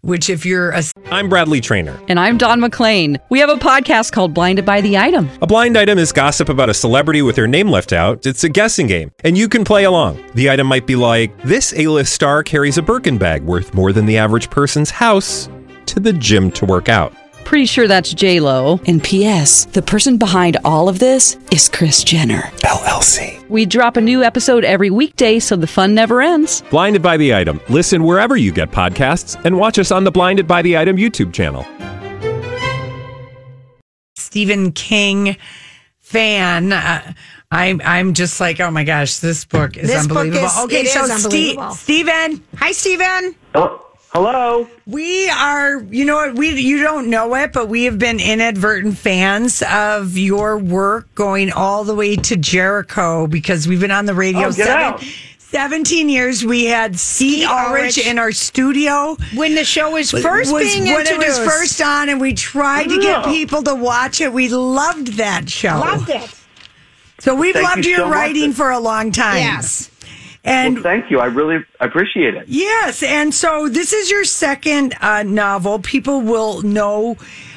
Speaker 3: which if you're a
Speaker 11: I'm Bradley Trainer.
Speaker 12: And I'm Don McClain. We have a podcast called Blinded by the Item.
Speaker 11: A blind item is gossip about a celebrity with their name left out. It's a guessing game, and you can play along. The item might be like this: A-list star carries a Birkin bag worth more than the average person's house to the gym to work out.
Speaker 12: Pretty sure that's J Lo. And P.S. The person behind all of this is Chris Jenner LLC. We drop a new episode every weekday, so the fun never ends.
Speaker 11: Blinded by the item. Listen wherever you get podcasts, and watch us on the Blinded by the Item YouTube channel.
Speaker 3: Stephen King fan, uh, I'm I'm just like, oh my gosh, this book is
Speaker 2: This book
Speaker 3: unbelievable.
Speaker 2: is-
Speaker 3: okay,
Speaker 2: it is
Speaker 3: so
Speaker 2: unbelievable.
Speaker 3: Ste- Stephen,
Speaker 2: hi Stephen.
Speaker 13: Hello.
Speaker 3: We are, you know what, we you don't know it, but we have been inadvertent fans of your work going all the way to Jericho because we've been on the radio
Speaker 13: Oh, get
Speaker 3: seven-
Speaker 13: out.
Speaker 3: 17 years. We had Skeet Ulrich
Speaker 2: Ulrich.
Speaker 3: in our studio
Speaker 2: when the show was first being
Speaker 3: when it was
Speaker 2: introduced.
Speaker 3: first on, and we tried to
Speaker 2: Yeah.
Speaker 3: get people to watch it. We loved that show.
Speaker 2: Loved it.
Speaker 3: So we've
Speaker 13: Thank
Speaker 3: loved
Speaker 13: you
Speaker 3: your
Speaker 13: so much.
Speaker 3: writing for a long time.
Speaker 13: Yes.
Speaker 3: And
Speaker 13: well, thank you. I really appreciate it.
Speaker 3: Yes, and so this is your second uh, novel. People will know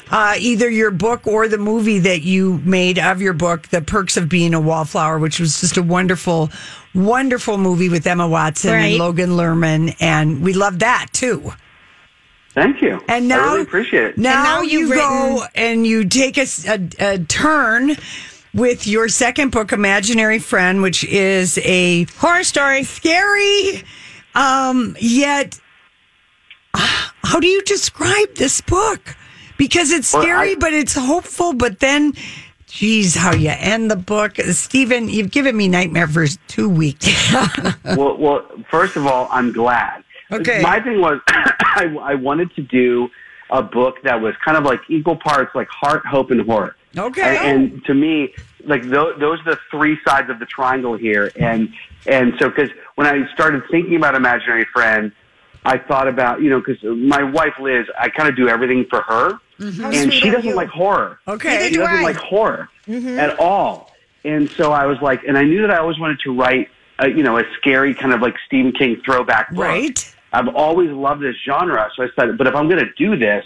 Speaker 3: uh, either your book or the movie that you made of your book, "The Perks of Being a Wallflower," which was just a wonderful, wonderful movie with Emma Watson
Speaker 13: Right.
Speaker 3: and Logan Lerman, and we love that too.
Speaker 13: Thank you.
Speaker 3: And
Speaker 13: I
Speaker 3: now,
Speaker 13: really appreciate it.
Speaker 3: Now, you go and you take a, s- a- a turn with your second book, Imaginary Friend, which is a
Speaker 2: horror story,
Speaker 3: scary, um, yet. uh, How do you describe this book? Because it's
Speaker 13: Well,
Speaker 3: scary,
Speaker 13: I-
Speaker 3: but it's hopeful. But then, geez, how you end the book, Stephen? You've given me nightmare for two weeks.
Speaker 13: well, well, first of all, I'm glad.
Speaker 3: Okay.
Speaker 13: My thing was, I, I wanted to do a book that was kind of like equal parts like heart, hope, and horror.
Speaker 3: Okay.
Speaker 13: And, and to me, like those, those are the three sides of the triangle here. And and so because when I started thinking about imaginary friend, I thought about you know because my wife Liz, I kind of do everything for her,
Speaker 3: Mhm. How
Speaker 13: and
Speaker 3: sweet
Speaker 13: she
Speaker 3: of
Speaker 13: doesn't
Speaker 3: you.
Speaker 13: like horror.
Speaker 3: Okay. Neither
Speaker 13: She
Speaker 3: do
Speaker 13: doesn't
Speaker 3: I.
Speaker 13: like horror
Speaker 3: Mhm.
Speaker 13: at all. And so I was like, and I knew that I always wanted to write, a, you know, a scary kind of like Stephen King throwback book. Right. I've always loved this genre, so I said, but if I'm going to do this,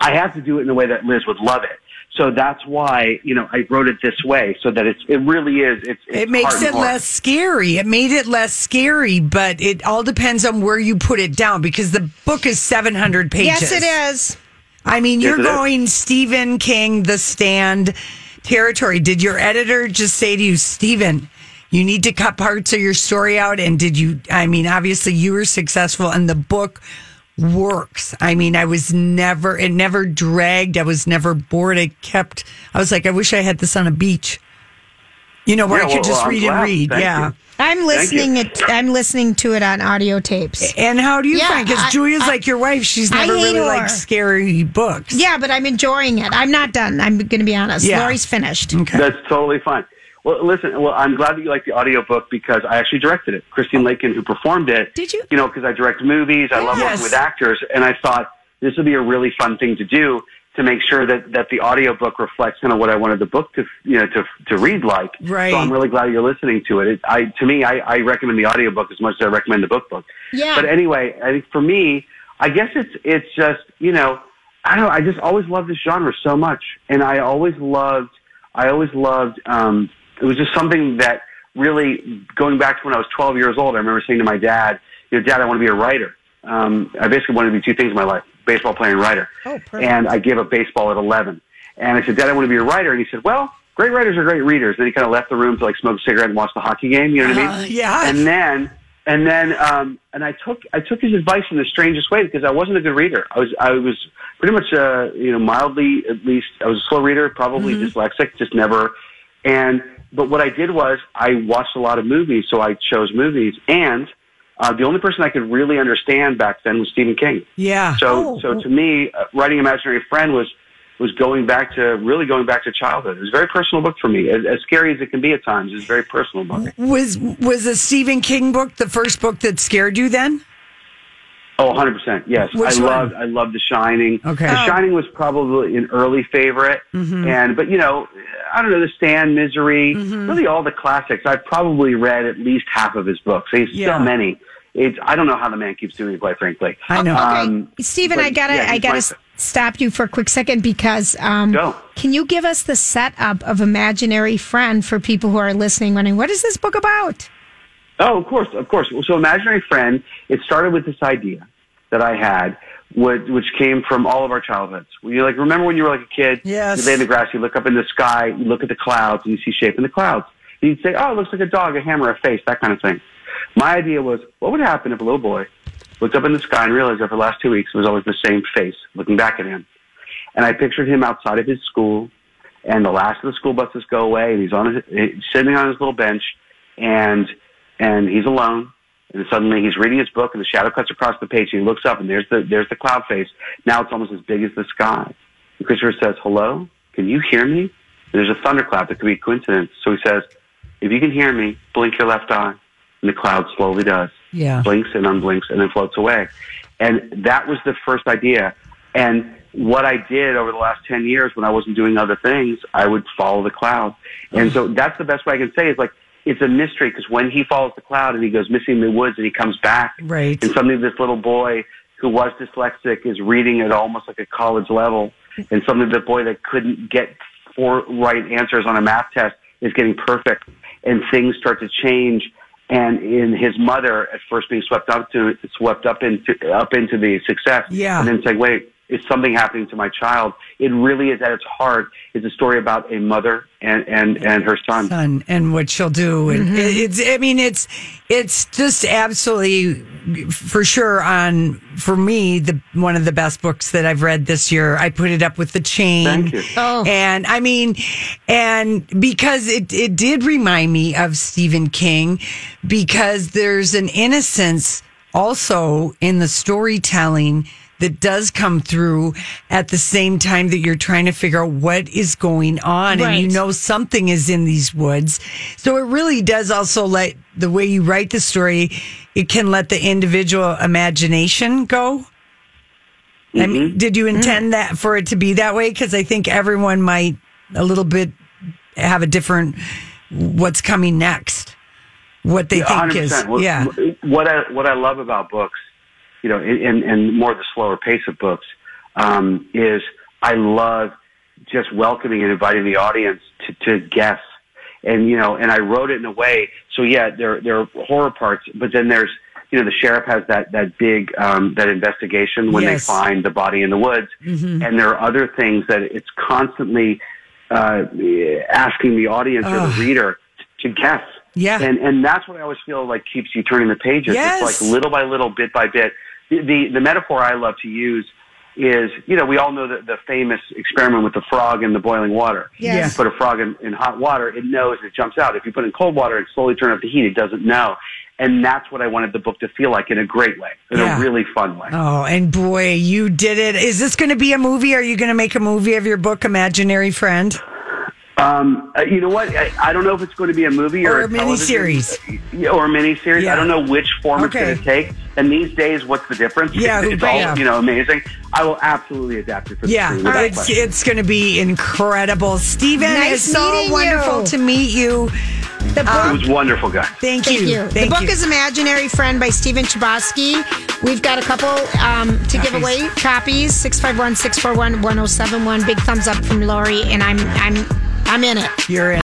Speaker 13: I have to do it in a way that Liz would love it. So that's why you know I wrote it this way, so that it's it really is. It's, it's
Speaker 3: It makes
Speaker 13: heart and
Speaker 3: it
Speaker 13: heart.
Speaker 3: less scary. It made it less scary, but it all depends on where you put it down because the book is 700 pages.
Speaker 2: Yes, it is.
Speaker 3: I mean,
Speaker 2: Yes,
Speaker 3: you're
Speaker 2: it is.
Speaker 3: going Stephen King, The Stand territory. Did your editor just say to you, Stephen, you need to cut parts of your story out? And did you, I mean, obviously you were successful and the book works. I mean, I was never, it never dragged. I was never bored. It kept, I was like, I wish I had this on a beach. You know, where
Speaker 2: Yeah,
Speaker 3: I could
Speaker 2: well,
Speaker 3: just
Speaker 2: I'm
Speaker 3: read
Speaker 2: glad.
Speaker 3: and read.
Speaker 2: Thank
Speaker 3: yeah.
Speaker 2: you. Eh. I'm listening. It, I'm listening to it on audio tapes.
Speaker 3: And how do you find? Because Julia's like your wife. She's never really like
Speaker 2: likes
Speaker 3: scary books.
Speaker 2: Yeah, but I'm enjoying it. I'm not done. I'm going to be honest.
Speaker 13: Yeah.
Speaker 2: Lori's finished.
Speaker 13: That's totally fine. Well, listen. Well, I'm glad that you like the audiobook because I actually directed it. Christine Lakin, who performed it, did you? You know, because I direct movies. I love
Speaker 4: Yes.
Speaker 13: working with actors, and I thought this would be a really fun thing to do to make sure that that the audiobook reflects kind of what I wanted the book to you know to to read like.
Speaker 3: Right.
Speaker 13: So I'm really glad you're listening to it. it I to me, I, I recommend the audiobook as much as I recommend the book book.
Speaker 4: Yeah.
Speaker 13: But anyway, I think for me, I guess it's it's just you know I don't know. I just always loved this genre so much, and I always loved I always loved um, it was just something that really going back to when I was 12 years old. I remember saying to my dad, "You know, Dad, I want to be a writer." Um, I basically wanted to be two things in my life: baseball player and writer.
Speaker 2: Oh,
Speaker 13: And I gave up baseball at 11. And I said, Dad, I want to be a writer. And he said, Well, great writers are great readers. Then he kind of left the room to like smoke a cigarette and watch the hockey game. You know what I
Speaker 3: Uh,
Speaker 13: mean?
Speaker 3: yeah.
Speaker 13: And then, and then, um, and I took I took his advice in the strangest way because I wasn't a good reader. I was I was pretty much uh, you know mildly at least I was a slow reader, probably
Speaker 4: Mhm.
Speaker 3: Mm-hmm.
Speaker 13: dyslexic, just never. And but what I did was I watched a lot of movies, so I chose movies. And uh, the only person I could really understand back then was Stephen King.
Speaker 3: Yeah.
Speaker 13: So,
Speaker 3: Oh.
Speaker 13: so to me, uh, writing imaginary friend was was going back to really going back to childhood. It was a very personal book for me, as, as scary as it can be at times. It's a very personal book.
Speaker 3: Was was a Stephen King book the first book that scared you then?
Speaker 13: Oh, 100 percent. Yes,
Speaker 3: Which
Speaker 13: I
Speaker 3: one?
Speaker 13: loved I loved The Shining.
Speaker 3: Okay.
Speaker 13: The
Speaker 3: Oh.
Speaker 13: Shining was probably an early favorite,
Speaker 3: Mhm.
Speaker 13: and but you know, I don't know The Stand, Misery,
Speaker 3: Mm-hmm.
Speaker 13: really all the classics. I've probably read at least half of his books. He's
Speaker 2: Yeah.
Speaker 13: so many. It's I don't know how the man keeps doing it, quite frankly.
Speaker 3: I know.
Speaker 13: Um,
Speaker 2: Stephen,
Speaker 13: but
Speaker 2: I gotta,
Speaker 13: yeah,
Speaker 2: I
Speaker 13: he's
Speaker 2: gotta
Speaker 13: my-
Speaker 2: s- stop you for a quick second because um,
Speaker 13: Go.
Speaker 2: can you give us the setup of imaginary friend for people who are listening, wondering what is this book about?
Speaker 13: Oh, of course, of course. Well, So, imaginary friend. It started with this idea that I had, which, which came from all of our childhoods. You like remember when you were like a kid?
Speaker 3: Yes.
Speaker 13: You lay in the grass, you look up in the sky, you look at the clouds, and you see shape in the clouds. And you'd say, "Oh, it looks like a dog, a hammer, a face, that kind of thing." My idea was, what would happen if a little boy looked up in the sky and realized that for the last two weeks it was always the same face looking back at him? And I pictured him outside of his school, and the last of the school buses go away, and he's on his, he's sitting on his little bench, and and he's alone. And suddenly he's reading his book, and the shadow cuts across the page. And he looks up, and there's the there's the cloud face. Now it's almost as big as the sky. And Christopher says, "Hello, can you hear me?" And there's a thunderclap that could be a coincidence. So he says, "If you can hear me, blink your left eye." And the cloud slowly does
Speaker 3: Yeah.
Speaker 13: blinks and unblinks and then floats away. And that was the first idea. And what I did over the last 10 years when I wasn't doing other things, I would follow the cloud. And so that's the best way I can say is like, it's a mystery because when he follows the cloud and he goes missing in the woods and he comes back,
Speaker 3: Right.
Speaker 13: and suddenly this little boy who was dyslexic is reading at almost like a college level. And suddenly the boy that couldn't get four right answers on a math test is getting perfect. And things start to change. And in his mother at first being swept up to swept up into up into the success.
Speaker 3: Yeah.
Speaker 13: And then saying, wait, is something happening to my child? It really is at its heart is a story about a mother and, and, and her son.
Speaker 3: Son and what she'll do. And
Speaker 13: Mhm.
Speaker 3: it- it's I mean it's it's just absolutely for sure on for me the one of the best books that I've read this year. I put it up with the chain.
Speaker 4: Thank you.
Speaker 3: Oh. And I mean and because it it did remind me of Stephen King because there's an innocence also in the storytelling that does come through at the same time that you're trying to figure out what is going on and you
Speaker 14: Right.
Speaker 3: know something is in these woods so it really does also let the way you write the story it can let the individual imagination go I mean, did you intend that for it to be that way because i think everyone might a little bit have a different what's coming next, what they think is.
Speaker 13: 100%. What-
Speaker 3: Yeah.
Speaker 13: What I what I love about books, you know, and and more the slower pace of books, um, is I love just welcoming and inviting the audience to, to guess, and you know, and I wrote it in a way so yeah, there there are horror parts, but then there's you know the sheriff has that that big um, that investigation when
Speaker 14: Yes.
Speaker 13: they find the body in the woods,
Speaker 14: Mhm.
Speaker 13: and there are other things that it's constantly uh, asking the audience or
Speaker 3: Ugh.
Speaker 13: the reader to guess.
Speaker 3: Yeah.
Speaker 13: And and that's what I always feel like keeps you turning the pages.
Speaker 3: Yes.
Speaker 13: It's like little by little, bit by bit. The, the the metaphor I love to use is, you know, we all know the, the famous experiment with the frog in the boiling water.
Speaker 14: Yes.
Speaker 13: You put a frog in, in hot water, it knows it jumps out. If you put it in cold water and slowly turn up the heat, it doesn't know. And that's what I wanted the book to feel like in a great way, in
Speaker 3: Yeah.
Speaker 13: a really fun way.
Speaker 3: Oh, and boy, you did it. Is this going to be a movie? Are you going to make a movie of your book, Imaginary Friend?
Speaker 13: Um, uh, you know what? I, I don't know if it's going to be a movie or,
Speaker 3: Or a miniseries.
Speaker 13: television- Yeah, or a miniseries.
Speaker 3: Yeah.
Speaker 13: I don't know which form
Speaker 3: Okay.
Speaker 13: it's going to take. And these days, what's the difference?
Speaker 3: Yeah,
Speaker 13: it's
Speaker 3: right.
Speaker 13: all
Speaker 3: Yeah.
Speaker 13: you know, amazing. I will absolutely adapt it for the
Speaker 3: Yeah,
Speaker 13: screen without
Speaker 3: it's,
Speaker 13: question.
Speaker 3: it's going to be incredible. Steven,
Speaker 2: Nice
Speaker 3: it's so
Speaker 2: meeting
Speaker 3: wonderful
Speaker 2: you.
Speaker 3: to meet you.
Speaker 2: The book
Speaker 13: it was wonderful, guys.
Speaker 3: Thank you.
Speaker 2: the
Speaker 3: Thank
Speaker 2: book
Speaker 3: you.
Speaker 2: is Imaginary Friend by Stephen Chbosky. We've got a couple um, to give
Speaker 3: Copies.
Speaker 2: away copies oh 651 641 1071. Big thumbs up from Lori, and I'm I'm I'm in it.
Speaker 3: You're in